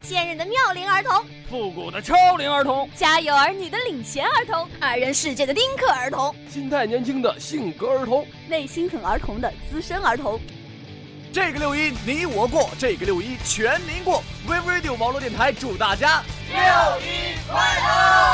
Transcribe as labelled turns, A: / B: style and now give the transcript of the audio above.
A: 现任的妙龄儿童，
B: 复古的超龄儿童，
A: 家有儿女的领衔儿童，二人世界的丁克儿童，
B: 心态年轻的性格儿童。
A: 为心疼儿童的资深儿童。
C: 这个六一你我过，这个六一全民过。We Radio 网络电台祝大家
D: 六一快乐！